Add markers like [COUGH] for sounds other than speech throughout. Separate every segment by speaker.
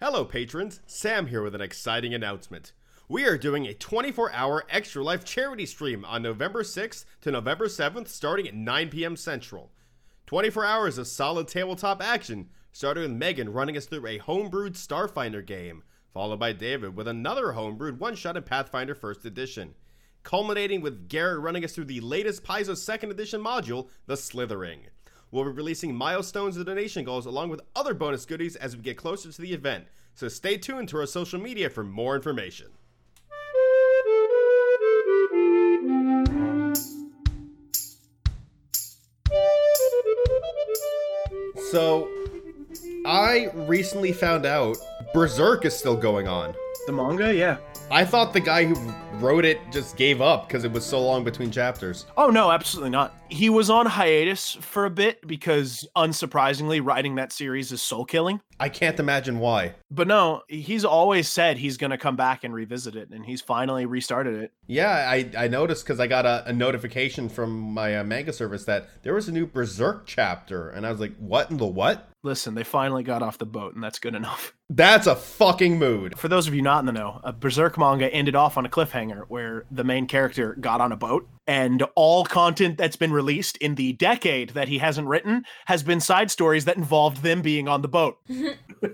Speaker 1: Hello, patrons. Sam here with an exciting announcement. We are doing a 24 hour Extra Life charity stream on November 6th to November 7th, starting at 9 p.m. Central. 24 hours of solid tabletop action, starting with Megan running us through a homebrewed Starfinder game, followed by David with another homebrewed one shot in Pathfinder 1st Edition, culminating with Garrett running us through the latest Paizo 2nd Edition module, The Slithering. We'll be releasing milestones and donation goals along with other bonus goodies as we get closer to the event, so stay tuned to our social media for more information. So, I recently found out Berserk is still going on.
Speaker 2: The manga, yeah.
Speaker 1: I thought the guy who wrote it just gave up because it was so long between chapters.
Speaker 2: Oh no, absolutely not. He was on hiatus for a bit because unsurprisingly writing that series is soul killing.
Speaker 1: I can't imagine why.
Speaker 2: But no, he's always said he's going to come back and revisit it and he's finally restarted it.
Speaker 1: Yeah, I, I noticed because I got a, a notification from my uh, manga service that there was a new Berserk chapter, and I was like, what in the what?
Speaker 2: Listen, they finally got off the boat and that's good enough.
Speaker 1: That's a fucking mood.
Speaker 2: For those of you not in the know, a Berserk manga ended off on a cliffhanger where the main character got on a boat and all content that's been released in the decade that he hasn't written has been side stories that involved them being on the boat.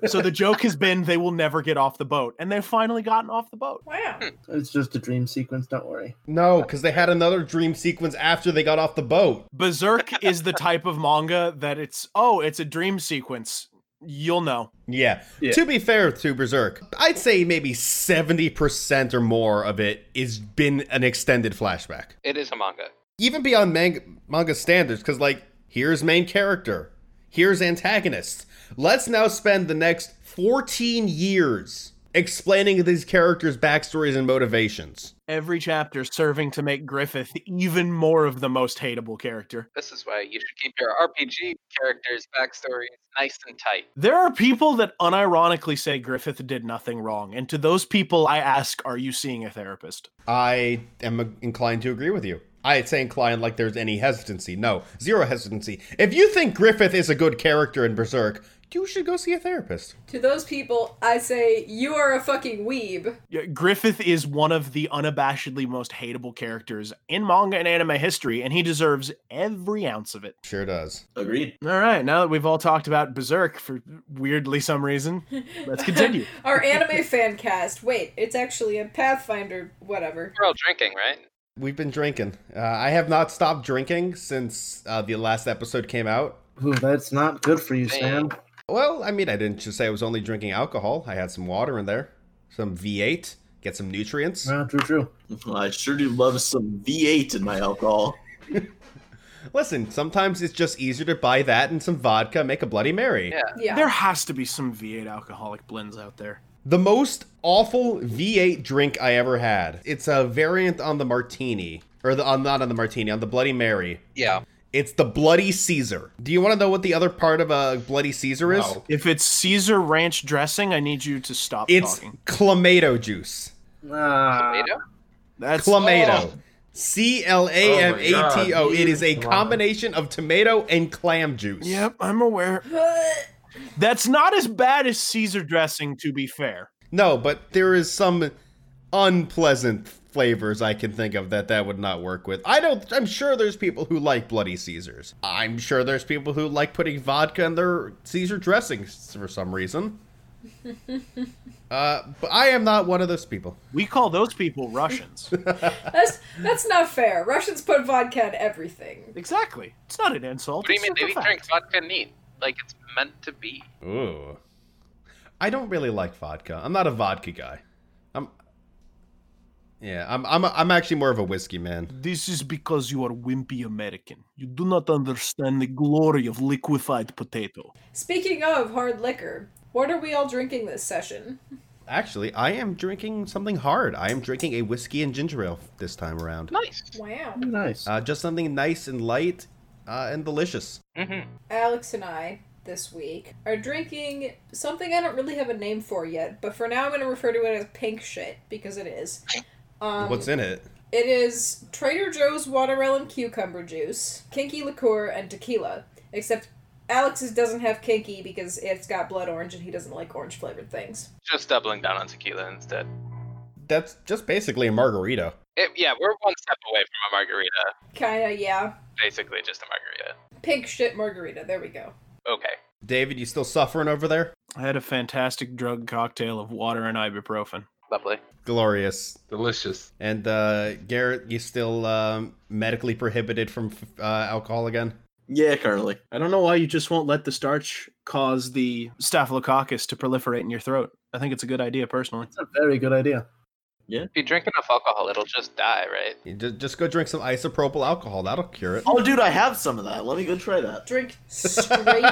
Speaker 2: so the joke has been they will never get off the boat and they've finally gotten off the boat.
Speaker 3: Wow.
Speaker 4: It's just a dream sequence, don't worry.
Speaker 1: No, because they had another dream sequence after they got off the boat.
Speaker 2: Berserk is the type of manga that it's oh, it's a dream sequence. You'll know.
Speaker 1: Yeah.
Speaker 4: Yeah.
Speaker 1: To be fair to Berserk, I'd say maybe 70% or more of it is been an extended flashback.
Speaker 5: It is a manga.
Speaker 1: Even beyond manga, manga standards, because, like, here's main character, here's antagonists. Let's now spend the next 14 years explaining these characters' backstories and motivations.
Speaker 2: Every chapter serving to make Griffith even more of the most hateable character.
Speaker 5: This is why you should keep your RPG characters' backstories nice and tight.
Speaker 2: There are people that unironically say Griffith did nothing wrong. And to those people, I ask, are you seeing a therapist?
Speaker 1: I am inclined to agree with you. I'd say inclined like there's any hesitancy. No, zero hesitancy. If you think Griffith is a good character in Berserk, you should go see a therapist.
Speaker 3: To those people, I say you are a fucking weeb.
Speaker 2: Yeah, Griffith is one of the unabashedly most hateable characters in manga and anime history, and he deserves every ounce of it.
Speaker 1: Sure does.
Speaker 4: Agreed.
Speaker 2: All right, now that we've all talked about Berserk for weirdly some reason, let's continue.
Speaker 3: Our anime fan cast. Wait, it's actually a Pathfinder. Whatever.
Speaker 5: We're all drinking, right?
Speaker 1: We've been drinking. Uh, I have not stopped drinking since uh, the last episode came out.
Speaker 4: Ooh, that's not good for you,
Speaker 5: Dang.
Speaker 4: Sam.
Speaker 1: Well, I mean, I didn't just say I was only drinking alcohol. I had some water in there, some V8, get some nutrients.
Speaker 4: Well, Ah, true, true.
Speaker 6: I sure do love some V8 in my alcohol.
Speaker 1: Listen, sometimes it's just easier to buy that and some vodka, make a Bloody Mary.
Speaker 5: Yeah.
Speaker 3: Yeah.
Speaker 2: There has to be some V8 alcoholic blends out there.
Speaker 1: The most awful V8 drink I ever had. It's a variant on the martini, or the, on not on the martini, on the Bloody Mary.
Speaker 5: Yeah.
Speaker 1: It's the Bloody Caesar. Do you want to know what the other part of a Bloody Caesar is?
Speaker 4: No.
Speaker 2: If it's Caesar ranch dressing, I need you to stop
Speaker 1: It's
Speaker 2: talking.
Speaker 1: clamato juice.
Speaker 4: Ah,
Speaker 5: Tomato?
Speaker 2: That's
Speaker 1: Clamato. Oh. C L A M A T
Speaker 4: Oh
Speaker 1: O.
Speaker 4: my God.
Speaker 1: It is a
Speaker 4: Come on.
Speaker 1: combination of tomato and clam juice.
Speaker 2: Yep, I'm aware. That's not as bad as [LAUGHS] Caesar dressing, to be fair.
Speaker 1: No, but there is some unpleasant flavors I can think of that that would not work with. I don't. I'm sure there's people who like bloody Caesars. I'm sure there's people who like putting vodka in their Caesar dressings for some
Speaker 4: [LAUGHS]
Speaker 1: reason. uh, but I am not one of those people.
Speaker 2: We call those people Russians.
Speaker 3: [LAUGHS]
Speaker 2: [LAUGHS]
Speaker 3: That's that's not fair. Russians put vodka in everything.
Speaker 2: exactly. It's not an insult.
Speaker 5: What do you
Speaker 2: it's
Speaker 5: mean?
Speaker 2: just a
Speaker 5: They
Speaker 2: fact.
Speaker 5: drink vodka neat, like it's meant to be.
Speaker 1: Ooh. I don't really like vodka. I'm not a vodka guy. I'm. Yeah, I'm. I'm. I'm actually more of a whiskey man.
Speaker 2: This is because you are wimpy American. You do not understand the glory of liquefied potato.
Speaker 3: Speaking of hard liquor, what are we all drinking this session?
Speaker 1: Actually, I am drinking something hard. I am drinking a whiskey and ginger ale this time around.
Speaker 5: Nice.
Speaker 3: Wow.
Speaker 4: nice.
Speaker 1: Uh, just something nice and light uh, and delicious.
Speaker 5: Mm-hmm.
Speaker 3: Alex and I this week are drinking something I don't really have a name for yet, but for now I'm going to refer to it as pink shit because it is. Um,
Speaker 1: What's in it?
Speaker 3: It is Trader Joe's watermelon cucumber juice, kinky liqueur, and tequila. Except Alex's doesn't have kinky because it's got blood orange and he doesn't like orange flavored things.
Speaker 5: Just doubling down on tequila instead.
Speaker 1: That's just basically a margarita.
Speaker 5: It, yeah, we're one step away from a margarita.
Speaker 3: Kinda, yeah.
Speaker 5: Basically, just a margarita.
Speaker 3: Pink shit margarita. There we go.
Speaker 5: Okay.
Speaker 1: David, you still suffering over there?
Speaker 2: I had a fantastic drug cocktail of water and ibuprofen.
Speaker 5: Lovely.
Speaker 1: Glorious.
Speaker 7: Delicious.
Speaker 1: And uh, Garrett, you still um, medically prohibited from f- uh, alcohol again?
Speaker 6: Yeah, currently.
Speaker 2: I don't know why you just won't let the starch cause the staphylococcus to proliferate in your throat. I think it's a good idea personally.
Speaker 4: That's a very good idea.
Speaker 5: If you drink enough alcohol, it'll just die, right?
Speaker 1: You ju- just go drink some isopropyl alcohol. That'll cure it.
Speaker 6: Oh, dude, I have some of that. Let me go try that.
Speaker 3: Drink
Speaker 4: [LAUGHS]
Speaker 3: straight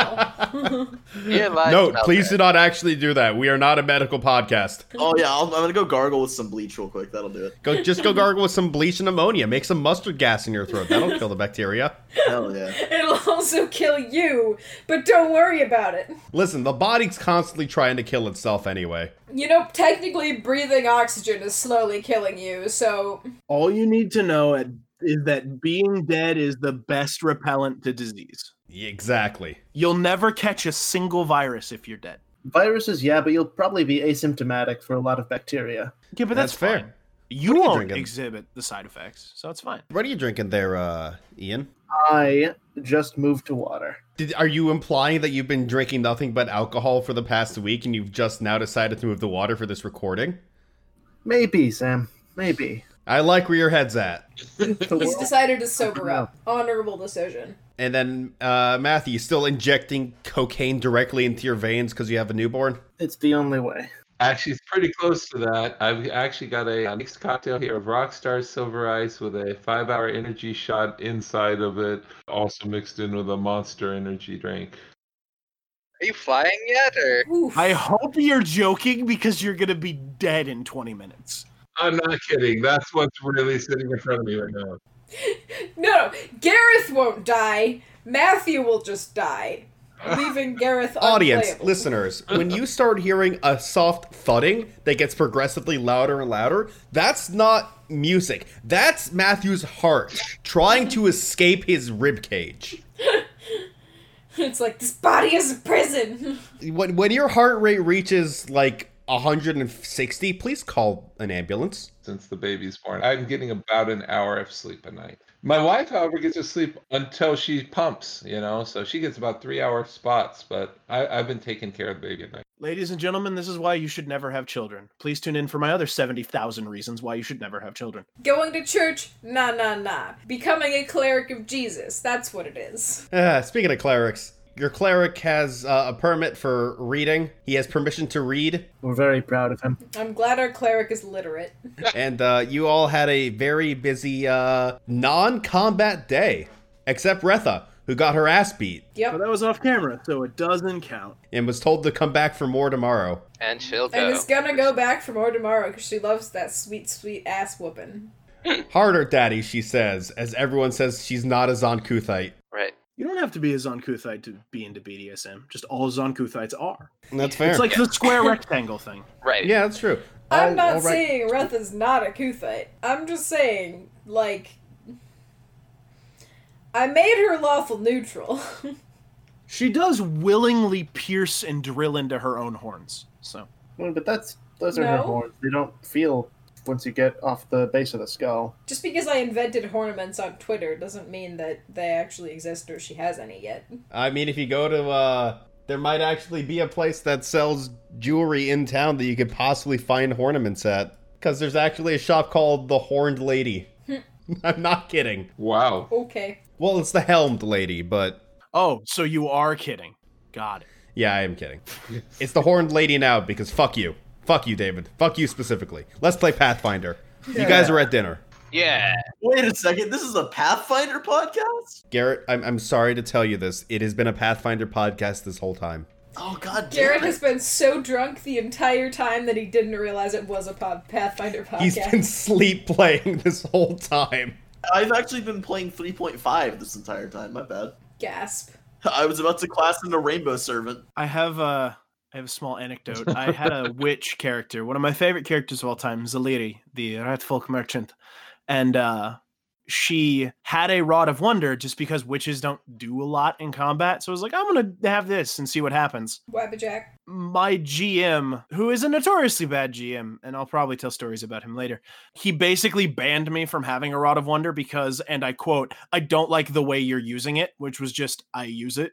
Speaker 3: alcohol.
Speaker 5: Your life
Speaker 1: no,
Speaker 5: smells
Speaker 1: please do
Speaker 5: bad.
Speaker 1: not actually do that. We are not a medical podcast.
Speaker 6: Oh yeah, I'll, I'm gonna go gargle with some bleach real quick. That'll do it.
Speaker 1: Go, just go gargle with some bleach and ammonia. Make some mustard gas in your throat. That'll kill the bacteria.
Speaker 6: Hell yeah.
Speaker 3: [LAUGHS] It'll also kill you, but don't worry about it.
Speaker 1: Listen, the body's constantly trying to kill itself anyway.
Speaker 3: You know, technically, breathing oxygen is slowly killing you, so
Speaker 2: All you need to know at- is that being dead is the best repellent to disease.
Speaker 1: Yeah, exactly.
Speaker 2: You'll never catch a single virus if you're dead.
Speaker 4: Viruses, yeah, but you'll probably be asymptomatic for a lot of bacteria.
Speaker 2: Yeah, but
Speaker 1: That's
Speaker 2: that's,
Speaker 1: fair.
Speaker 2: fine.
Speaker 1: What
Speaker 2: You
Speaker 1: are you
Speaker 2: won't
Speaker 1: drinking?
Speaker 2: exhibit the side effects, so it's fine.
Speaker 1: What are you drinking there, uh, Ian?
Speaker 4: I just moved to water.
Speaker 1: Did, are you implying that you've been drinking nothing but alcohol for the past week and you've just now decided to move the water for this recording?
Speaker 4: Maybe, Sam. Maybe.
Speaker 1: I like where your head's at.
Speaker 3: [LAUGHS]
Speaker 4: The
Speaker 3: he's
Speaker 4: world-
Speaker 3: decided to
Speaker 4: [LAUGHS]
Speaker 3: sober up. Honorable decision.
Speaker 1: And then, uh, Matthew, you still injecting cocaine directly into your veins because you have a newborn?
Speaker 4: It's the only way.
Speaker 7: Actually, it's pretty close to that. I've actually got a, uh, mixed cocktail here of Rockstar Silver Ice with a five hour energy shot inside of it, also mixed in with a monster energy drink.
Speaker 5: Are you flying yet, or
Speaker 2: [LAUGHS]
Speaker 3: Oof.
Speaker 2: I hope you're joking because you're gonna be dead in 20 minutes.
Speaker 7: I'm not kidding. That's what's really sitting in front of me right now.
Speaker 3: No, Gareth won't die. Matthew will
Speaker 1: [LAUGHS]
Speaker 3: just die, leaving Gareth
Speaker 1: Audience,
Speaker 3: unplayable.
Speaker 1: listeners, when you start hearing a soft thudding that gets progressively louder and louder, that's not music. That's Matthew's heart trying to escape his ribcage.
Speaker 3: It's like this body is a prison. [LAUGHS]
Speaker 1: When, when your heart rate reaches like 160, please call an ambulance.
Speaker 7: since the baby's born. I'm getting about an hour of sleep a night. My wife, however, gets to sleep until she pumps, you know, so she gets about three hour spots, but I, I've been taking care of the baby at night.
Speaker 2: Ladies and gentlemen, this is why you should never have children. Please tune in for my other 70,000 reasons why you should never have children.
Speaker 3: Going to church, nah, nah, nah. Becoming a cleric of Jesus, that's what it is.
Speaker 1: Ah, speaking of clerics, your cleric has uh, a permit for reading. He has permission to read,
Speaker 4: We're very proud of him.
Speaker 3: I'm glad our cleric is literate.
Speaker 1: and uh, you all had a very busy uh, non-combat day, except Retha, who got her ass beat
Speaker 2: But
Speaker 3: Yep.
Speaker 2: that was off camera, so it doesn't count.
Speaker 1: and was told to come back for more tomorrow.
Speaker 5: and she'll go.
Speaker 3: And is gonna go back for more tomorrow because she loves that sweet, sweet ass whooping.
Speaker 1: Harder, Daddy, she says, as everyone says she's not a Zonkuthite.
Speaker 5: Right.
Speaker 2: You don't have to be a Zonkuthite to be into BDSM. Just all Zonkuthites are.
Speaker 1: And that's fair.
Speaker 2: It's like the [LAUGHS] square rectangle thing.
Speaker 5: Right.
Speaker 1: yeah, that's true.
Speaker 3: I'm
Speaker 1: All-
Speaker 3: not
Speaker 1: all right.
Speaker 3: saying Retha's not a Kuthite. I'm just saying, like, I made her lawful neutral. [LAUGHS]
Speaker 2: She does willingly pierce and drill into her own horns. So
Speaker 4: Well, but that's those are her
Speaker 3: No.
Speaker 4: horns. They don't feel once you get off the base of the skull.
Speaker 3: Just because I invented ornaments on Twitter doesn't mean that they actually exist or she has any yet.
Speaker 1: I mean, if you go to, uh, there might actually be a place that sells jewelry in town that you could possibly find ornaments at. Because there's actually a shop called the Horned Lady. [LAUGHS] I'm not kidding.
Speaker 7: Wow. [LAUGHS]
Speaker 3: Okay.
Speaker 1: Well, it's the Helmed Lady, but
Speaker 2: Oh, so you are kidding. Got it.
Speaker 1: yeah, I am kidding. It's the Horned Lady now because fuck you. Fuck you, David. Fuck you specifically. Let's play Pathfinder. You guys are at dinner.
Speaker 5: Yeah.
Speaker 6: Wait a second. This is a Pathfinder podcast.
Speaker 1: Garrett, I'm, I'm sorry to tell you this. It has been a Pathfinder podcast this whole time.
Speaker 6: Oh god. damn
Speaker 3: Garrett
Speaker 6: it.
Speaker 3: has been so drunk the entire time that he didn't realize it was a pod- Pathfinder
Speaker 1: [LAUGHS]
Speaker 3: podcast.
Speaker 1: He's been sleep playing this whole time.
Speaker 6: I've actually been playing 3.5 this entire time. My bad.
Speaker 3: Gasp.
Speaker 6: I was about to class into Rainbow Servant.
Speaker 2: I have a I have a small anecdote. I had
Speaker 4: [LAUGHS]
Speaker 2: a witch character, one of my favorite characters of all time, Zaliri, the Ratfolk merchant, and uh, she had a rod of wonder just because witches don't do a lot in combat. So I was like, I'm gonna have this and see what happens.
Speaker 3: Wabbajack.
Speaker 2: My GM, who is a notoriously bad GM, and I'll probably tell stories about him later, he basically banned me from having a rod of wonder because, and I quote, I don't like the way you're using it, which was just I use it.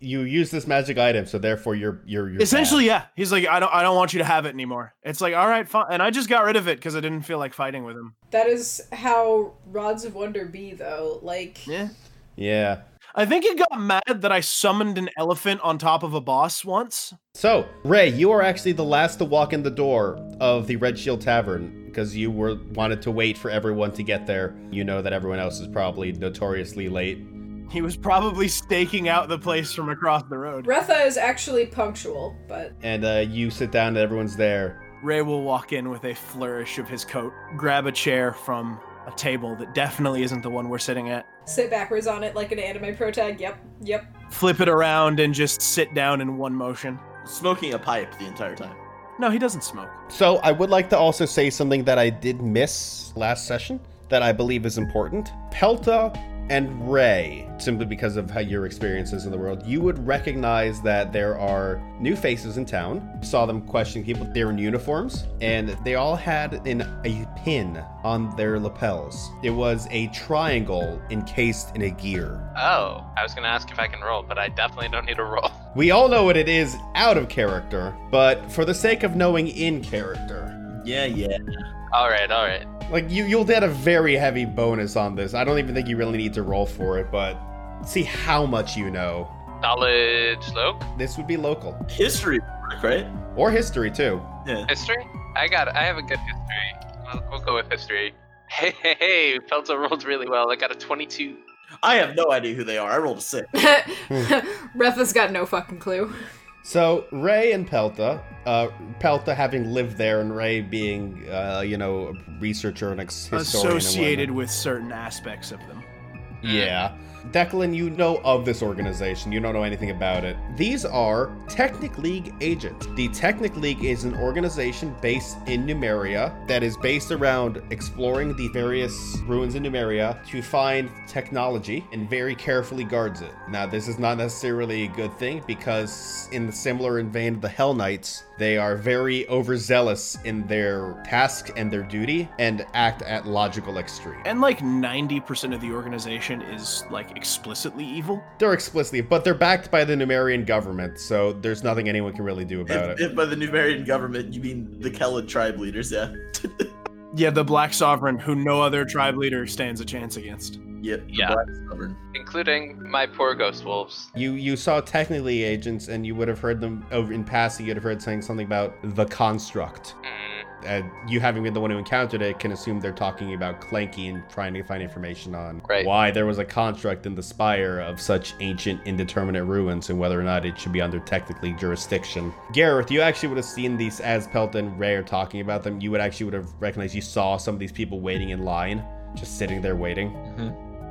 Speaker 1: you use this magic item, so therefore you're you're, you're
Speaker 2: Essentially, yeah. He's like, I don't I don't want you to have it anymore. It's like, all right, fine. And I just got rid of it because I didn't feel like fighting with him.
Speaker 3: that is how Rods of Wonder be, though. Like,
Speaker 2: Yeah.
Speaker 1: bad. yeah.
Speaker 2: I think he got mad that I summoned an elephant on top of a boss once.
Speaker 1: So Ray, you are actually the last to walk in the door of the Red Shield Tavern because you were wanted to wait for everyone to get there. You know that everyone else is probably notoriously late.
Speaker 2: He was probably staking out the place from across the road.
Speaker 3: Retha is actually punctual, but
Speaker 1: And uh, you sit down and everyone's there.
Speaker 2: Ray will walk in with a flourish of his coat, grab a chair from a table that definitely isn't the one we're sitting at,
Speaker 3: sit backwards on it like an anime pro tag. Yep, [LAUGHS] yep.
Speaker 2: flip it around, and just sit down in one motion.
Speaker 6: Smoking a pipe the entire time.
Speaker 2: No, he doesn't smoke.
Speaker 1: So I would like to also say something that I did miss last session that I believe is important. Pelta and Ray, simply because of how your experiences in the world, you would recognize that there are new faces in town. Saw them questioning people. They were in uniforms, and they all had an, a pin on their lapels. It was a triangle encased in a gear.
Speaker 5: Oh, I was gonna ask if I can roll, but I definitely don't need a roll.
Speaker 1: We all know what it is out of character, but for the sake of knowing in character,
Speaker 6: Yeah, yeah.
Speaker 5: All right, all right.
Speaker 1: Like you, you'll get a very heavy bonus on this. I don't even think you really need to roll for it, but see how much you know.
Speaker 5: Knowledge, Loke.
Speaker 1: This would be local
Speaker 6: History work, right?
Speaker 1: or history too.
Speaker 6: Yeah.
Speaker 5: History? I got. I have a good history. We'll, we'll go with history. Hey, hey, hey! Pelto rolled really well. I got a 22.
Speaker 6: I have no idea who they are. I rolled a six.
Speaker 1: Hmm.
Speaker 3: Retha's got no fucking clue.
Speaker 1: So Ray and Pelta, uh, Pelta having lived there, and Ray being, uh, you know, a researcher and ex- historian and
Speaker 2: Associated
Speaker 1: whatnot.
Speaker 2: with certain aspects of them.
Speaker 1: Yeah. Declan, you know of this organization. You don't know anything about it. These are Technic League agents. The Technic League is an organization based in Numeria that is based around exploring the various ruins in Numeria to find technology and very carefully guards it. Now, this is not necessarily a good thing because, in the similar in vein of the Hell Knights, they are very overzealous in their task and their duty and act at logical extreme.
Speaker 2: And like 90% of the organization is like explicitly evil.
Speaker 1: They're explicitly, but they're backed by the Numerian government, so there's nothing anyone can really do about
Speaker 6: If,
Speaker 1: it.
Speaker 6: if by the Numerian government you mean the Kellen tribe leaders, yeah.
Speaker 2: Yeah, the Black Sovereign, who no other tribe leader stands a chance against.
Speaker 6: Yep. the
Speaker 5: Yeah.
Speaker 6: Black Sovereign.
Speaker 5: Including my poor ghost wolves.
Speaker 1: You you saw technically agents, and you would have heard them over in passing. You'd have heard saying something about the construct.
Speaker 5: Mm,
Speaker 1: And uh, you having been the one who encountered it, can assume they're talking about Clanky and trying to find information on
Speaker 5: Right.
Speaker 1: why there was a construct in the spire of such ancient, indeterminate ruins, and whether or not it should be under technically jurisdiction. Gareth, you actually would have seen these as Pelt and Ray are talking about them. You would actually would have recognized you saw some of these people waiting in line, just sitting there waiting.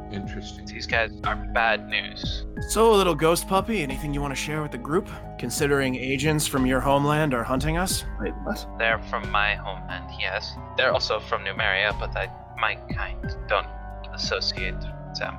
Speaker 7: Interesting.
Speaker 5: these guys are bad news.
Speaker 2: So, little ghost puppy, anything you want to share with the group? Considering agents from your homeland are hunting us?
Speaker 4: Wait, what?
Speaker 5: They're from my homeland, yes. They're also from Numeria, but I, my kind don't associate with them.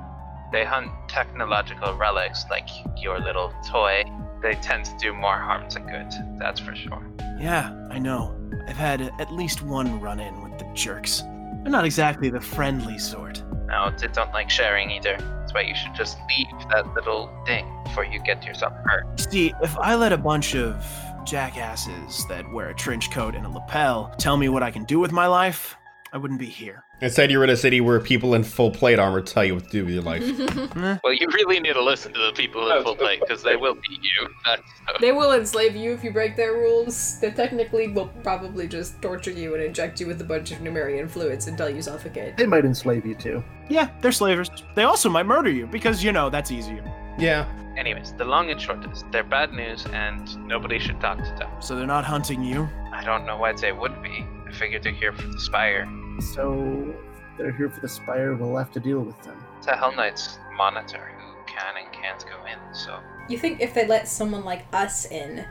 Speaker 5: They hunt technological relics like your little toy. They tend to do more harm than good, that's for sure.
Speaker 2: Yeah, I know. I've had at least one run in with the jerks. They're not exactly the friendly sort.
Speaker 5: No, they don't like sharing either. That's why you should just leave that little thing before you get yourself hurt.
Speaker 2: See, if I let a bunch of jackasses that wear a trench coat and a lapel tell me what I can do with my life, I wouldn't be here.
Speaker 1: Instead, you're in a city where people in full plate armor tell you what to do with your life.
Speaker 3: [LAUGHS]
Speaker 2: Eh,
Speaker 5: Well, you really need to listen to the people in full plate because they will beat you. That's
Speaker 3: They will enslave you if you break their rules. They technically will probably just torture you and inject you with a bunch of Numerian fluids until you suffocate.
Speaker 4: They might enslave you too.
Speaker 2: Yeah, they're slavers. They also might murder you because, you know, that's easier.
Speaker 1: yeah.
Speaker 5: [LAUGHS] Anyways, the long and short is they're bad news and nobody should talk to them.
Speaker 2: So they're not hunting you?
Speaker 5: I don't know why they would be. I figured they're here for the Spire.
Speaker 4: So if they're here for the spire. We'll have to deal with them.
Speaker 5: It's a Hell Knight's monitor who can and can't go in, so.
Speaker 3: You think if they let someone like us in,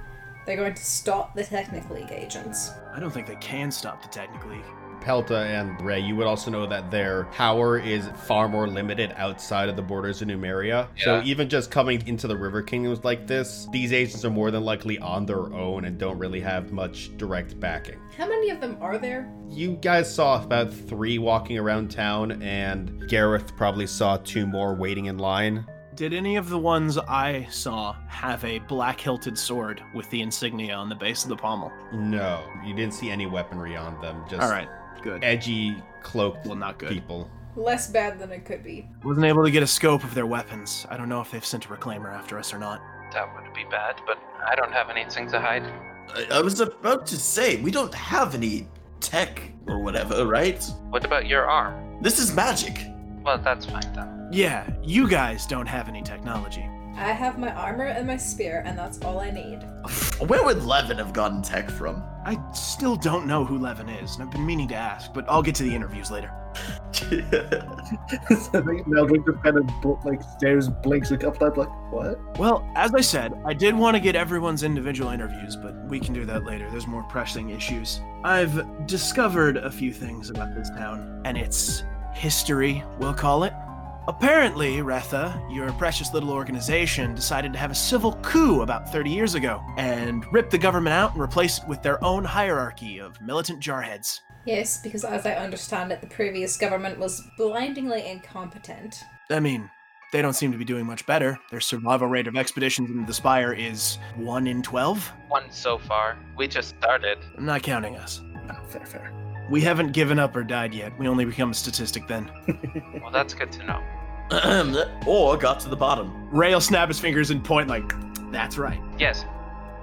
Speaker 3: they're going to stop the Technic League agents.
Speaker 2: I don't think they can stop the Technic League.
Speaker 1: Pelta and Ray, you would also know that their power is far more limited outside of the borders of Numeria. So
Speaker 5: Yeah.
Speaker 1: even just coming into the River Kingdoms like this, these agents are more than likely on their own and don't really have much direct backing.
Speaker 3: How many of them are there?
Speaker 1: You guys saw about three walking around town, and Gareth probably saw two more waiting in line.
Speaker 2: Did any of the ones I saw have a black hilted sword with the insignia on the base of the pommel?
Speaker 1: No, you didn't see any weaponry on them. Just
Speaker 2: All right, good.
Speaker 1: edgy cloaked
Speaker 2: Well, not good.
Speaker 1: people.
Speaker 3: Less bad than it could be.
Speaker 2: Wasn't able to get a scope of their weapons. I don't know if they've sent a reclaimer after us or not.
Speaker 5: That would be bad, but I don't have anything to hide.
Speaker 6: I, I was about to say, we don't have any tech or whatever, right?
Speaker 5: What about your arm?
Speaker 6: This is magic.
Speaker 5: Well, that's fine then.
Speaker 2: Yeah, you guys don't have any technology.
Speaker 3: I have my armor and my spear, and that's all I need.
Speaker 6: Where would Levin have gotten tech from? [LAUGHS]
Speaker 2: I still don't know who Levin is, and I've been meaning to ask, but I'll get to the interviews later.
Speaker 4: so [LAUGHS] I think Meldrick just kind of bl- like stares, blinks a couple times, like, what?
Speaker 2: Well, as I said, I did want to get everyone's individual interviews, but we can do that later. There's more pressing issues. I've discovered a few things about this town and its history, we'll call it. Apparently, Retha, your precious little organization decided to have a civil coup about 30 years ago and ripped the government out and replace it with their own hierarchy of militant jarheads.
Speaker 3: Yes, because as I understand it, the previous government was blindingly incompetent.
Speaker 2: I mean, they don't seem to be doing much better. Their survival rate of expeditions into the Spire is 1 in 12.
Speaker 5: One so far. We just started.
Speaker 2: I'm not counting us.
Speaker 4: Oh, fair, fair.
Speaker 2: We haven't given up or died yet. We only become a statistic then.
Speaker 5: Well, that's good to know.
Speaker 6: or got to the bottom.
Speaker 2: Ray will snap his fingers and point like, that's right.
Speaker 5: Yes,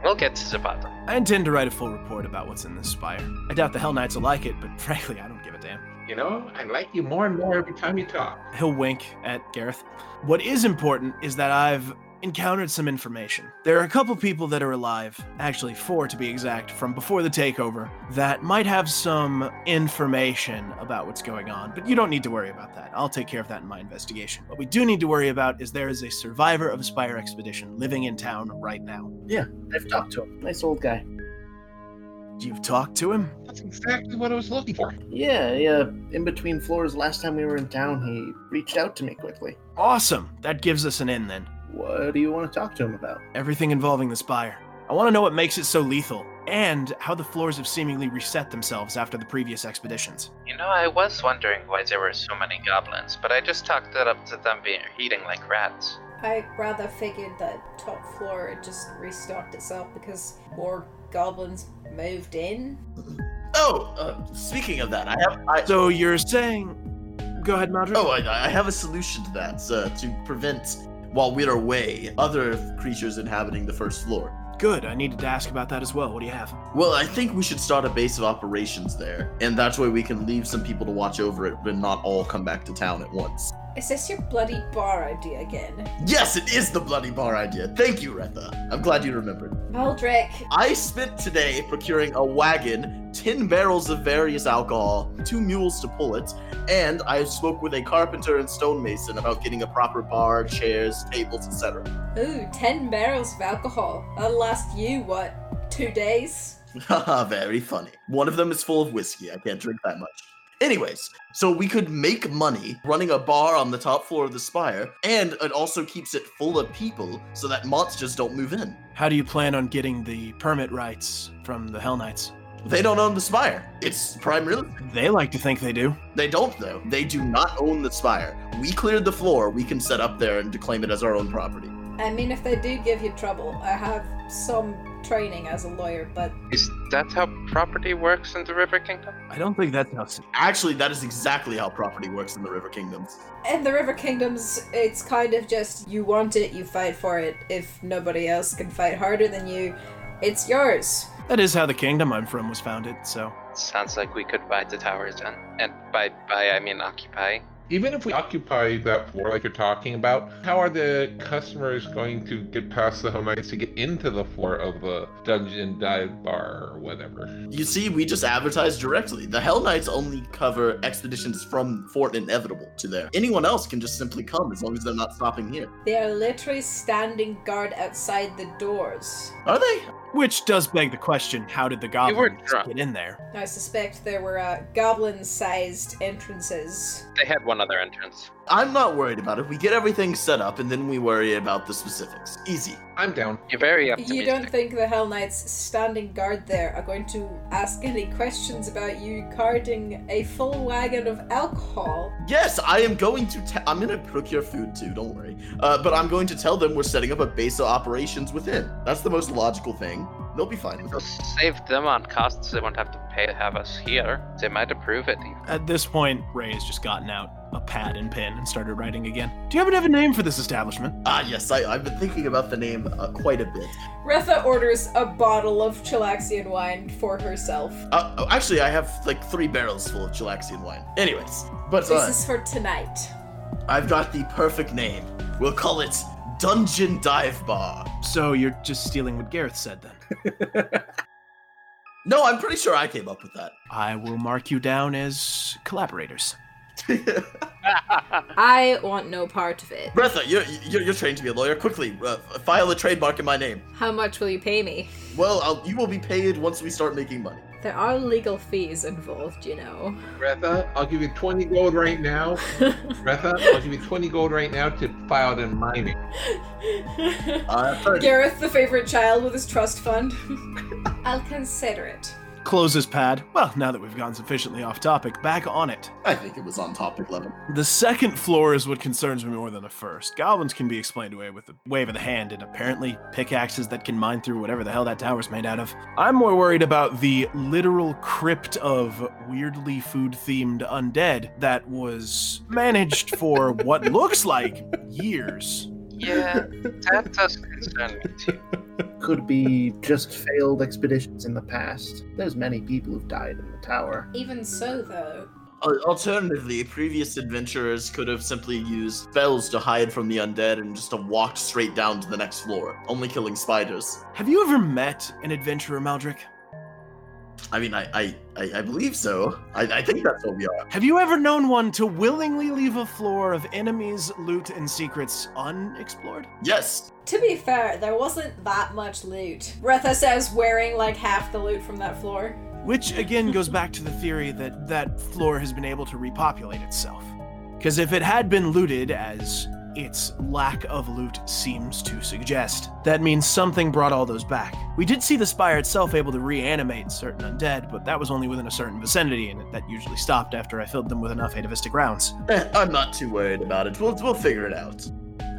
Speaker 5: we'll get to the bottom.
Speaker 2: I intend to write a full report about what's in this spire. I doubt the Hell Knights will like it, but [LAUGHS] frankly, I don't give a damn.
Speaker 7: You know, I like you more and more every time you talk.
Speaker 2: He'll wink at Gareth. What is important is that I've encountered some information. There are a couple people that are alive, actually four to be exact, from before the takeover, that might have some information about what's going on, but you don't need to worry about that. I'll take care of that in my investigation. What we do need to worry about is there is a survivor of a Spire expedition living in town right now.
Speaker 4: I've talked to him. Nice old guy.
Speaker 2: You've talked to him?
Speaker 7: That's exactly what I was looking for.
Speaker 4: Yeah, yeah. In between floors, last time we were in town, he reached out to me quickly.
Speaker 2: Awesome! That gives us an in then.
Speaker 4: What do you want to talk to him about?
Speaker 2: Everything involving the Spire. I want to know what makes it so lethal, and how the floors have seemingly reset themselves after the previous expeditions.
Speaker 5: You know, I was wondering why there were so many goblins, but I just talked that up to them being eating like rats.
Speaker 3: I rather figured that top floor had just restocked itself because more goblins moved in.
Speaker 6: Oh, uh, speaking of that, I have. I,
Speaker 2: So you're saying. Go ahead, Madra.
Speaker 6: Oh, I, I have a solution to that uh, to prevent, while we're away, other creatures inhabiting the first floor.
Speaker 2: Good. I needed to ask about that as well. What do you have?
Speaker 6: Well, I think we should start a base of operations there, and that way we can leave some people to watch over it when not all come back to town at once.
Speaker 3: Is this your bloody bar idea again?
Speaker 6: Yes, it is the bloody bar idea. Thank you, Retha. I'm glad you remembered.
Speaker 3: Baldric,
Speaker 6: I spent today procuring a wagon, 10 barrels of various alcohol, two mules to pull it, and I spoke with a carpenter and stonemason about getting a proper bar, chairs, tables, etc.
Speaker 3: ooh, 10 barrels of alcohol. That'll last you, what, two days?
Speaker 6: [LAUGHS] Haha, very funny. One of them is full of whiskey. I can't drink that much. Anyways, so we could make money running a bar on the top floor of the spire, and it also keeps it full of people so that monsters don't move in.
Speaker 2: How do you plan on getting the permit rights from the Hell Knights?
Speaker 6: They don't own the spire. It's prime real.
Speaker 2: They like to think they do.
Speaker 6: They don't though. They do not own the spire. We cleared the floor. We can set up there and to claim it as our own property.
Speaker 3: I mean, if they do give you trouble, I have some training as a lawyer, but
Speaker 5: Is that how property works in the River Kingdom?
Speaker 2: I don't think that's how.
Speaker 6: Actually, that is exactly how property works in the River Kingdoms.
Speaker 3: in the River Kingdoms, it's kind of just you want it, you fight for it. If nobody else can fight harder than you, it's yours.
Speaker 2: That is how the kingdom I'm from was founded, so.
Speaker 5: Sounds like we could buy the towers then. And by buy, I mean occupy.
Speaker 7: Even if we occupy that floor like you're talking about, how are the customers going to get past the Hell Knights to get into the floor of the dungeon dive bar or whatever?
Speaker 6: You see, we just advertise directly. The Hell Knights only cover expeditions from Fort Inevitable to there. Anyone else can just simply come as long as they're not stopping here.
Speaker 3: They are literally standing guard outside the doors.
Speaker 6: Are they?
Speaker 2: Which does beg the question: How did the goblins
Speaker 5: weren't drunk.
Speaker 2: get in there?
Speaker 3: I suspect there were uh, goblin-sized entrances.
Speaker 5: They had one other entrance.
Speaker 6: I'm not worried about it. We get everything set up and then we worry about the specifics. Easy.
Speaker 7: I'm down.
Speaker 5: You're very
Speaker 3: You
Speaker 5: optimistic.
Speaker 3: don't think the Hell Knights standing guard there are going to ask any questions about you carting a full wagon of alcohol?
Speaker 6: Yes, I am going to. Te- I'm going to procure food too. Don't worry. Uh, but I'm going to tell them we're setting up a base of operations within. That's the most logical thing. They'll be fine with
Speaker 5: We'll
Speaker 6: us.
Speaker 5: save them on costs they won't have to pay to have us here. They might approve [LAUGHS] it. even.
Speaker 2: At this point, Ray has just gotten out a pad and pen and started writing again. Do you happen to have a name for this establishment?
Speaker 6: Ah, yes. I, I've been thinking about the name uh, quite a bit.
Speaker 3: Retha orders a bottle of Chilaxian wine for herself.
Speaker 6: Uh, oh, actually, I have like three barrels full of Chilaxian wine. Anyways, but uh,
Speaker 3: This is for tonight.
Speaker 6: I've got the perfect name. We'll call it Dungeon Dive Bar.
Speaker 2: So you're just stealing what Gareth said then.
Speaker 6: No, I'm pretty sure I came up with
Speaker 2: I will mark you down as collaborators.
Speaker 6: that.
Speaker 3: I want no part of it.
Speaker 6: [LAUGHS] Bretha, you're, you're, you're trained to be a lawyer. Quickly, uh, file a trademark in my name.
Speaker 3: How much will you pay me?
Speaker 6: Well, I'll, you will be paid once we start making money.
Speaker 3: There are legal fees involved, you know. [LAUGHS]
Speaker 7: Retha, I'll give you 20 gold right now. Retha, I'll give you 20 gold right now to file it in my name.
Speaker 6: Uh, third,
Speaker 3: Gareth, the favorite child with his trust fund. [LAUGHS] I'll consider it.
Speaker 2: Closes pad. Well, now that we've gotten sufficiently off topic, back on it.
Speaker 6: I think it was on topic level.
Speaker 2: The second floor is what concerns me more than the first. Goblins can be explained away with a wave of the hand and apparently pickaxes that can mine through whatever the hell that tower's made out of. I'm more worried about the literal crypt of weirdly food themed undead that was managed for what looks like years.
Speaker 5: Yeah, that does concern me too.
Speaker 4: Could be just failed expeditions in the past. There's many people who've died in the tower.
Speaker 3: Even so, though,
Speaker 6: Al- Alternatively, previous adventurers could have simply used spells to hide from the undead and just have walked straight down to the next floor, only killing spiders.
Speaker 2: Have you ever met an adventurer, Maldrick?
Speaker 6: I mean, I I, I, I believe so. I, I think that's what we are.
Speaker 2: Have you ever known one to willingly leave a floor of enemies, loot, and secrets unexplored?
Speaker 6: Yes.
Speaker 3: To be fair, there wasn't that much loot. Retha says wearing like half the loot from that floor.
Speaker 2: Which again goes back to the theory that that floor has been able to repopulate itself. Because if it had been looted, as its lack of loot seems to suggest, that means something brought all those back. We did see the spire itself able to reanimate certain undead, but that was only within a certain vicinity, and that usually stopped after I filled them with enough atavistic rounds.
Speaker 6: Eh, I'm not too worried about it. We'll we'll figure it out.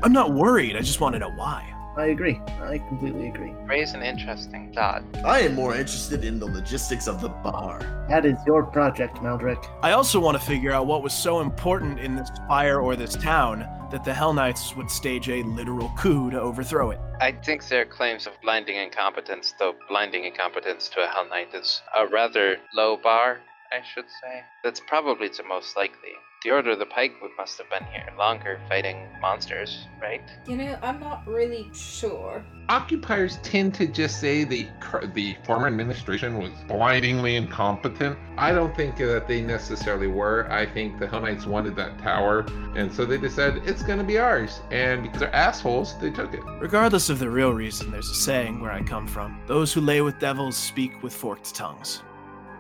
Speaker 2: I'm not worried, I just want to know why.
Speaker 4: I agree. I completely agree.
Speaker 5: Raise an interesting thought.
Speaker 6: I am more interested in the logistics of the bar.
Speaker 4: That is your project, Meldrick.
Speaker 2: I also want to figure out what was so important in this fire or this town that the Hell Knights would stage a literal coup to overthrow it.
Speaker 5: I think their claims of blinding incompetence, though blinding incompetence to a Hell Knight is a rather low bar, I should say. That's probably the most likely. The Order of the Pike would must have been here longer fighting monsters, right?
Speaker 3: You know, I'm not really sure.
Speaker 7: Occupiers tend to just say the cur- the former administration was blindingly incompetent. I don't think that they necessarily were. I think the Hell Knights wanted that tower, and so they decided it's going to be ours. And because they're assholes, they took it.
Speaker 2: Regardless of the real reason, there's a saying where I come from those who lay with devils speak with forked tongues.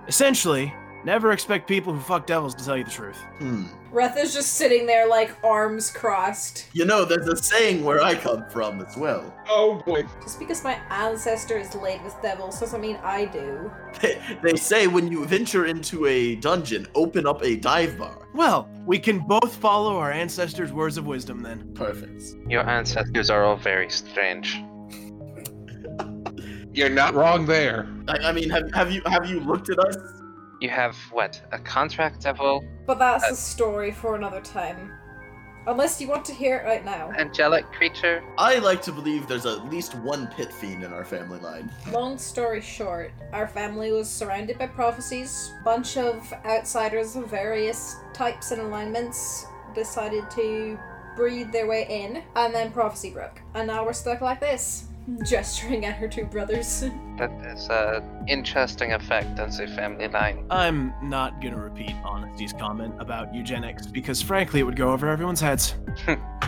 Speaker 2: Essentially, never expect people who fuck devils to tell you the truth.
Speaker 6: Hmm.
Speaker 3: Retha's just sitting there like arms crossed.
Speaker 6: You know, there's a saying where I come from as well. [LAUGHS]
Speaker 7: Oh boy.
Speaker 3: Just because my ancestor is laid with devils doesn't mean I do.
Speaker 6: They, they say when you venture into a dungeon, open up a dive bar.
Speaker 2: Well, we can both follow our ancestors' words of wisdom then.
Speaker 6: Perfect.
Speaker 5: Your ancestors are all very strange.
Speaker 7: You're not wrong there.
Speaker 6: I, I mean, have, have you have you looked at us?
Speaker 5: You have what? A contract devil,
Speaker 3: But that's a story for another time. Unless you want to hear it right now.
Speaker 5: angelic creature?
Speaker 6: I like to believe there's at least one pit fiend in our family line.
Speaker 3: Long story short, our family was surrounded by prophecies. Bunch of outsiders of various types and alignments decided to breed their way in, and then prophecy broke. And now we're stuck like this. gesturing at her two brothers. [LAUGHS]
Speaker 5: That is an interesting effect on the family line.
Speaker 2: I'm not gonna repeat Honesty's comment about eugenics because, frankly, it would go over everyone's heads.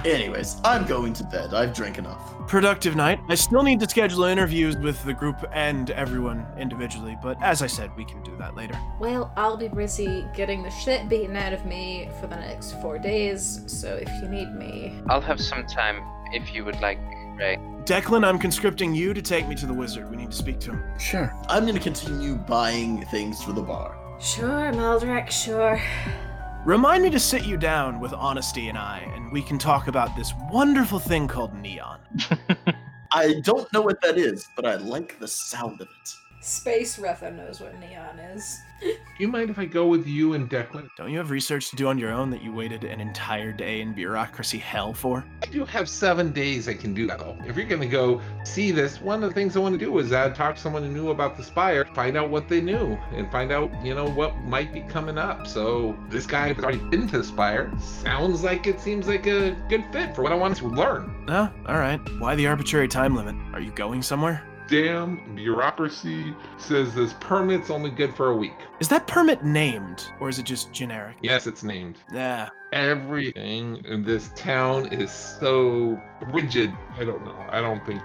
Speaker 6: Anyways, I'm going to bed. I've drank enough.
Speaker 2: productive night. I still need to schedule interviews with the group and everyone individually, but as I said, we can do that later.
Speaker 3: Well, I'll be busy getting the shit beaten out of me for the next four days, so if you need me.
Speaker 5: I'll have some time if you would like, Ray.
Speaker 2: Declan, I'm conscripting you to take me to the wizard. We need to speak to him.
Speaker 4: Sure.
Speaker 6: I'm gonna continue buying things for the bar.
Speaker 3: Sure, Maldrek, sure.
Speaker 2: Remind me to sit you down with Honesty and I, and we can talk about this wonderful thing called neon.
Speaker 6: I don't know what that is, but I like the sound of it.
Speaker 3: Space Retha knows what neon is.
Speaker 7: Do you mind if I go with you and Declan?
Speaker 2: Don't you have research to do on your own that you waited an entire day in bureaucracy hell for?
Speaker 7: I do have seven days I can do that though. If you're gonna go see this, one of the things I want to do is uh, talk to someone who knew about the spire, find out what they knew, and find out you know what might be coming up. So this guy has already been to the spire. Sounds like it seems like a good fit for what I want to learn.
Speaker 2: No? Alright. Why the arbitrary time limit? Are you going somewhere?
Speaker 7: Damn bureaucracy says this permit's only good for a week.
Speaker 2: Is that permit named, or is it just generic?
Speaker 7: Yes, it's named.
Speaker 2: Yeah.
Speaker 7: everything in this town is so rigid. I don't know. I don't think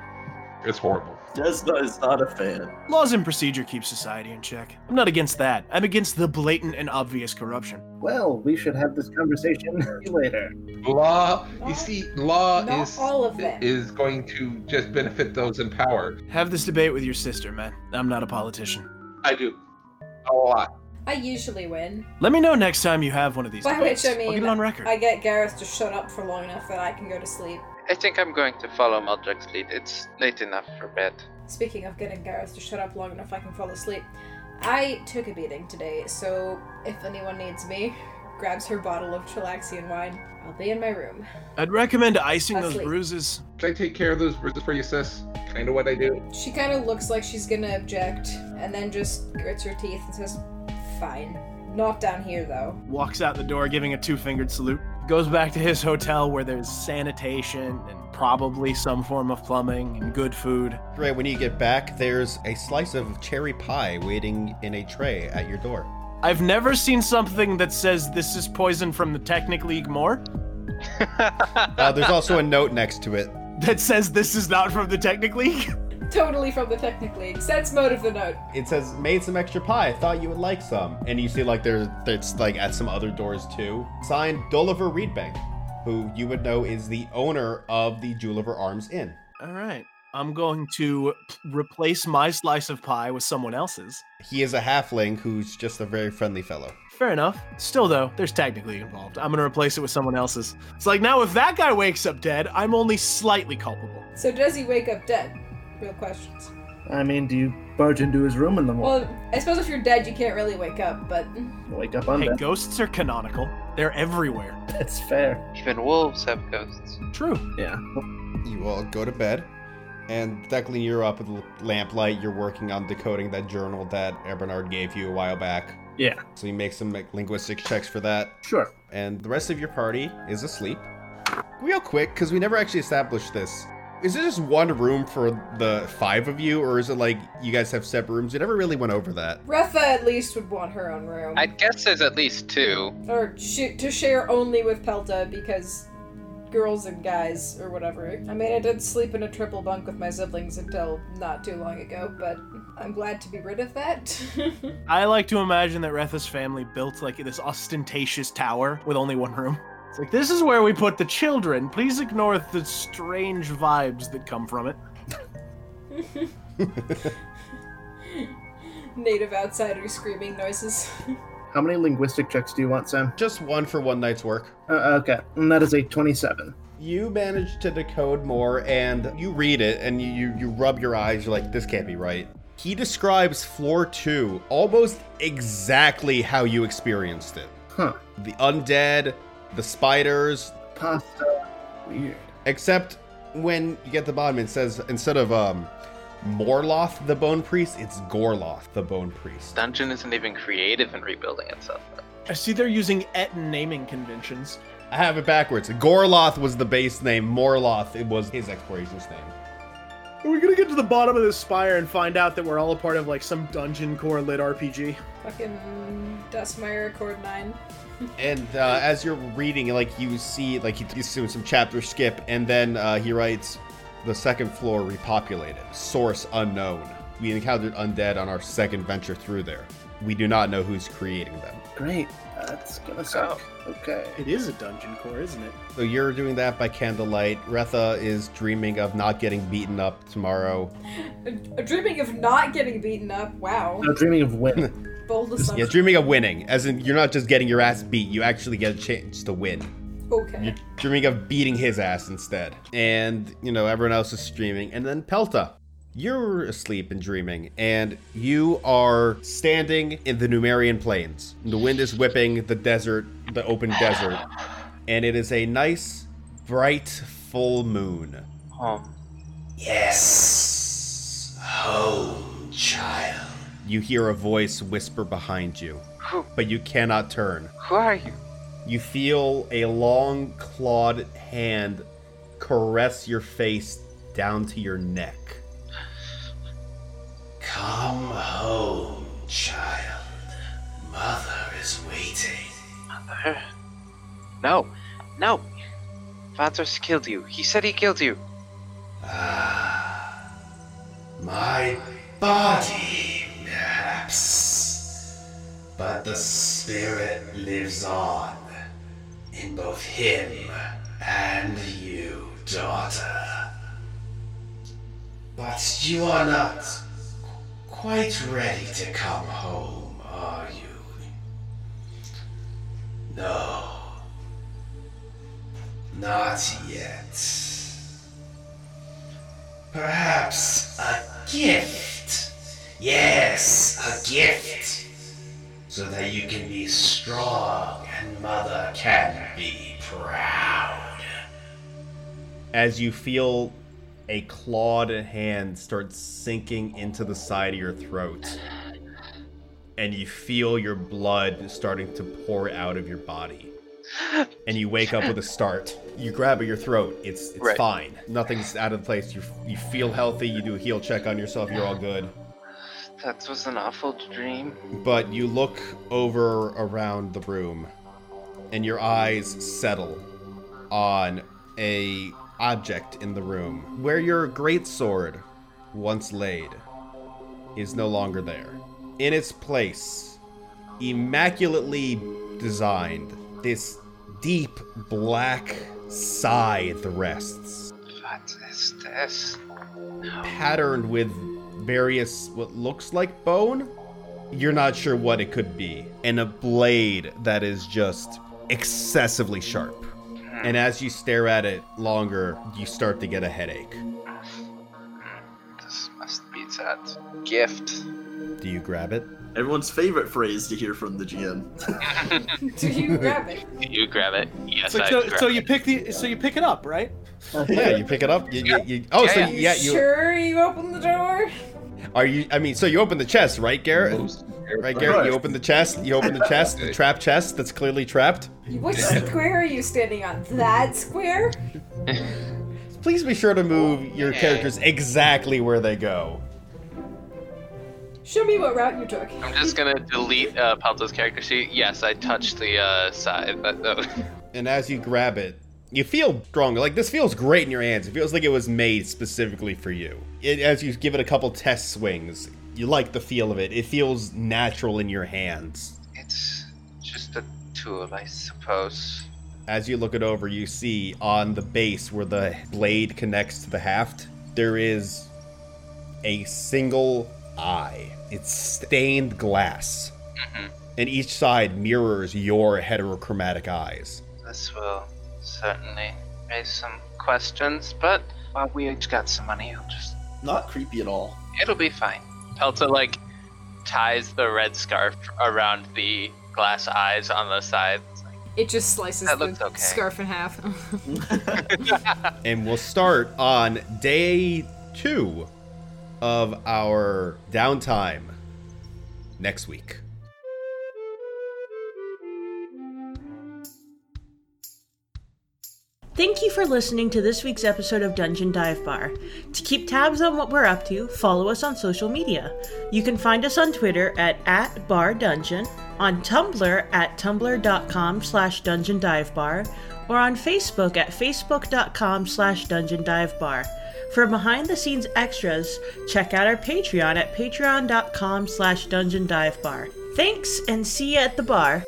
Speaker 7: it's horrible.
Speaker 6: Desna is not a fan.
Speaker 2: Laws and procedure keep society in check. I'm not against that. I'm against the blatant and obvious corruption.
Speaker 4: Well, we should have this conversation [LAUGHS] later.
Speaker 7: Law, you
Speaker 3: Not-
Speaker 7: see, law
Speaker 3: not
Speaker 7: Uh, is
Speaker 3: all of them.
Speaker 7: is going to just benefit those in power.
Speaker 2: Have this debate with your sister, man. I'm not a politician.
Speaker 7: I do a lot.
Speaker 3: I usually win,
Speaker 2: Let me know next time you have one of these.
Speaker 3: by
Speaker 2: debates.
Speaker 3: which I
Speaker 2: I'll
Speaker 3: mean
Speaker 2: get it on record.
Speaker 3: I get Gareth to shut up for long enough that I can go to sleep.
Speaker 5: I think I'm going to follow Maldrek's lead. It's late enough for bed.
Speaker 3: [LAUGHS] Speaking of getting Gareth to shut up long enough I can fall asleep, I took a beating today, so if anyone needs me, [LAUGHS] grabs her bottle of Chilaxian wine, I'll be in my room.
Speaker 2: I'd recommend icing
Speaker 3: That's
Speaker 2: those
Speaker 3: sweet.
Speaker 2: bruises.
Speaker 7: Can I take care of those bruises for you, sis? Kind of what I do.
Speaker 3: She kind of looks like she's gonna object, and then just grits her teeth and says, Fine. Not down here, though. [LAUGHS]
Speaker 2: Walks out the door, giving a two-fingered salute. Goes back to his hotel where there's sanitation and probably some form of plumbing and good food.
Speaker 1: Dre, when you get back, there's a slice of cherry pie waiting in a tray at your door.
Speaker 2: I've never seen something that says this is poison from the Technic League more.
Speaker 1: Uh, there's also a note next to it.
Speaker 2: That says this is not from the Technic League.
Speaker 3: Totally from the Technic League. Sense mode of the note.
Speaker 1: It says, "Made some extra pie. Thought you would like some." And you see, like there's it's like at some other doors too. Signed, Doliver Reedbank, who you would know is the owner of the Juliver Arms Inn.
Speaker 2: All right. I'm going to p- replace my slice of pie with someone else's.
Speaker 1: He is a halfling who's just a very friendly fellow.
Speaker 2: Fair enough. Still, though, there's technically involved. I'm going to replace it with someone else's. It's like now if that guy wakes up dead, I'm only slightly culpable.
Speaker 3: So does he wake up dead? Real questions.
Speaker 4: I mean, do you barge into his room in the morning?
Speaker 3: Well, I suppose if you're dead, you can't really wake up, but
Speaker 4: Wake up
Speaker 2: Hey,
Speaker 4: undead.
Speaker 2: ghosts are canonical, they're everywhere.
Speaker 4: That's fair.
Speaker 5: Even wolves have ghosts.
Speaker 2: True.
Speaker 4: Yeah.
Speaker 1: You all go to bed, and Declan, you're up with l- lamplight. You're working on decoding that journal that Bernard gave you a while back.
Speaker 4: Yeah.
Speaker 1: So you make some like, linguistic checks for that.
Speaker 4: Sure.
Speaker 1: and the rest of your party is asleep. Real quick, because we never actually established this. Is there just one room for the five of you, or is it like you guys have separate rooms? You never really went over that.
Speaker 3: Retha at least would want her own room.
Speaker 5: I guess there's at least two.
Speaker 3: or sh- to share only with Pelta because girls and guys or whatever. I mean, I did sleep in a triple bunk with my siblings until not too long ago, but I'm glad to be rid of that.
Speaker 2: I like to imagine that Retha's family built like this ostentatious tower with only one room. It's like, this is where we put the children. Please ignore the strange vibes that come from it.
Speaker 3: Native outsider screaming noises. [LAUGHS]
Speaker 4: How many linguistic checks do you want, Sam?
Speaker 1: Just one for one night's work.
Speaker 4: Uh, okay, and that is a 27.
Speaker 1: You manage to decode more, and you read it, and you, you, you rub your eyes. You're like, this can't be right. He describes floor two almost exactly how you experienced it.
Speaker 4: Huh.
Speaker 1: The undead, the spiders,
Speaker 4: Pasta. Weird.
Speaker 1: Except when you get to the bottom, it says instead of um, Morloth the Bone Priest, it's Gorloth the Bone Priest.
Speaker 5: Dungeon isn't even creative in rebuilding itself.
Speaker 2: I see they're using et naming conventions.
Speaker 1: I have it backwards. Gorloth was the base name. Morloth it was his exploration's name.
Speaker 2: We're gonna get to the bottom of this spire and find out that we're all a part of like some dungeon core lit RPG.
Speaker 3: Fucking Dustmire Accord 9.
Speaker 1: And uh, as you're reading, like you see, like he- he's doing some chapter skip, and then uh, he writes, "The second floor repopulated. Source unknown. We encountered undead on our second venture through there. We do not know who's creating them."
Speaker 4: Great. That's gonna suck. Okay.
Speaker 2: It is a dungeon core, isn't it?
Speaker 1: So you're doing that by candlelight. Retha is dreaming of not getting beaten up tomorrow.
Speaker 3: Uh, Dreaming of not getting beaten up. Wow.
Speaker 4: No dreaming of win.
Speaker 3: Bold
Speaker 1: Yeah,
Speaker 3: assumption.
Speaker 1: dreaming of winning, as in you're not just getting your ass beat; you actually get a chance to win. You're
Speaker 3: Okay.
Speaker 1: dreaming of beating his ass instead. And, you know, everyone else is streaming. And then Pelta, you're asleep and dreaming, and you are standing in the Numerian plains. The wind is whipping the desert, the open desert, and it is a nice, bright, full moon.
Speaker 5: Home. Yes. Home, child.
Speaker 1: You hear a voice whisper behind you,
Speaker 5: Who,
Speaker 1: but you cannot turn.
Speaker 5: who are you?
Speaker 1: You feel a long, clawed hand caress your face down to your neck.
Speaker 5: Come home, child. Mother is waiting. Mother? No, no. Vatos killed you. He said he killed you.
Speaker 8: My body, perhaps. But the spirit lives on in both him and you, daughter. But you are not qu- quite ready to come home, are you? No. Not yet. Perhaps a gift. Yes, a gift. So that you can be strong and mother can be proud.
Speaker 1: as you feel a clawed hand start sinking into the side of your throat and you feel your blood starting to pour out of your body and you wake up with a start you grab at your throat it's it's
Speaker 5: Right.
Speaker 1: fine nothing's out of place you you feel healthy you do a heal check on yourself you're all good
Speaker 5: That was an awful dream.
Speaker 1: but you look over around the room and your eyes settle on a object in the room where your great sword once laid is no longer there in its place immaculately designed this deep black scythe rests
Speaker 5: What is this?
Speaker 1: patterned with various what looks like bone. You're not sure what it could be, and a blade that is just excessively sharp. And as you stare at it longer, you start to get a headache.
Speaker 5: Hmm. This must be that gift.
Speaker 1: Do you grab it?
Speaker 6: Everyone's favorite phrase to hear from the GM.
Speaker 3: [LAUGHS] Do you grab it?
Speaker 5: You grab it. Yes,
Speaker 2: So, so, so you pick the so you pick it up, right?
Speaker 1: Yeah, you pick it up. You, you, you, oh, so
Speaker 5: Yeah.
Speaker 1: you, yeah,
Speaker 3: you
Speaker 1: you
Speaker 3: sure you open the door?
Speaker 1: are you? I mean, so you open the chest, right, Garrett?
Speaker 7: Most-
Speaker 1: Right, Garrett. You open the chest. You open the chest. The trap chest that's clearly trapped.
Speaker 3: Which square are you standing on? That square?
Speaker 1: Please be sure to move your characters exactly where they go.
Speaker 3: Show me what route you took.
Speaker 5: I'm just gonna delete uh, Palto's character sheet. Yes, I touched the uh, side. That, that,
Speaker 1: and as you grab it, you feel stronger. Like this feels great in your hands. It feels like it was made specifically for you. It, as you give it a couple test swings, you like the feel of it. It feels natural in your hands.
Speaker 5: it's just a tool, I suppose.
Speaker 1: As you look it over, you see on the base where the blade connects to the haft, there is a single eye. It's stained glass. And each side mirrors your heterochromatic eyes.
Speaker 5: This will certainly raise some questions, but while we each got some money, I'll just
Speaker 6: Not creepy at all.
Speaker 5: it'll be fine. Pelta like ties the red scarf around the glass eyes on the side. It's like,
Speaker 3: It just slices
Speaker 5: That
Speaker 3: the
Speaker 5: looks okay.
Speaker 3: scarf in half. [LAUGHS]
Speaker 1: and we'll start on day two of our downtime next week.
Speaker 8: Thank you for listening to this week's episode of Dungeon Dive Bar. To keep tabs on what we're up to, follow us on social media. You can find us on Twitter at, at @bardungeon, on Tumblr at tumblr.com slash dungeon dive bar, or on Facebook at facebook.com slash dungeon dive bar. For behind the scenes extras, check out our Patreon at patreon.com slash dungeon dive bar. Thanks and see you at the bar.